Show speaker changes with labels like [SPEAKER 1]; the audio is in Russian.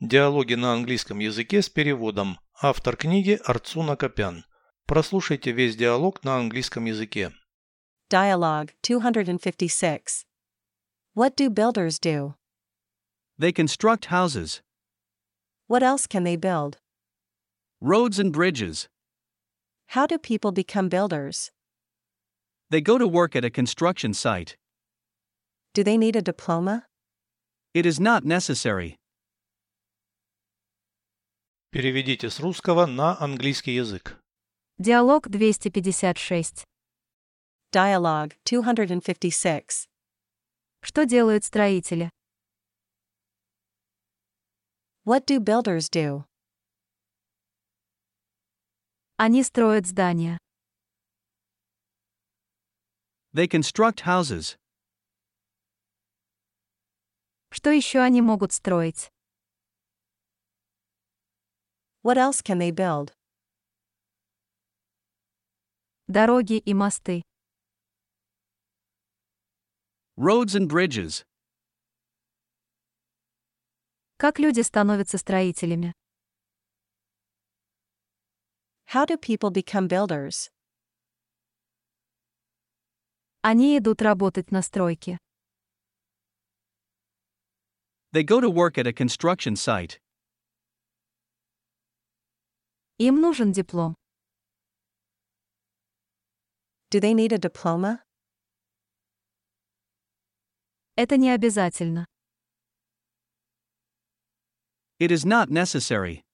[SPEAKER 1] Диалоги на английском языке с переводом. Автор книги Арцуна Копян. Прослушайте весь диалог на английском языке.
[SPEAKER 2] Dialogue 256. What do builders do?
[SPEAKER 3] They construct houses,
[SPEAKER 2] What else can they build?
[SPEAKER 3] roads, and bridges.
[SPEAKER 2] How do people become builders?
[SPEAKER 3] They go to work at a construction site.
[SPEAKER 2] Do they need a diploma?
[SPEAKER 3] It is not necessary.
[SPEAKER 1] Переведите с русского на английский язык.
[SPEAKER 4] Диалог 256.
[SPEAKER 2] Dialogue 256.
[SPEAKER 4] Что делают строители?
[SPEAKER 2] What do builders do?
[SPEAKER 4] Они строят здания.
[SPEAKER 3] They construct houses.
[SPEAKER 4] Что еще они могут строить?
[SPEAKER 2] What else can they build?
[SPEAKER 4] Дороги и мосты.
[SPEAKER 3] Roads and bridges.
[SPEAKER 4] Как люди становятся строителями?
[SPEAKER 2] How do people become builders?
[SPEAKER 4] Они идут работать на стройке.
[SPEAKER 3] They go to work at a construction site.
[SPEAKER 4] Им нужен диплом.
[SPEAKER 2] Do they need a diploma?
[SPEAKER 4] Это не обязательно.
[SPEAKER 3] It is not necessary.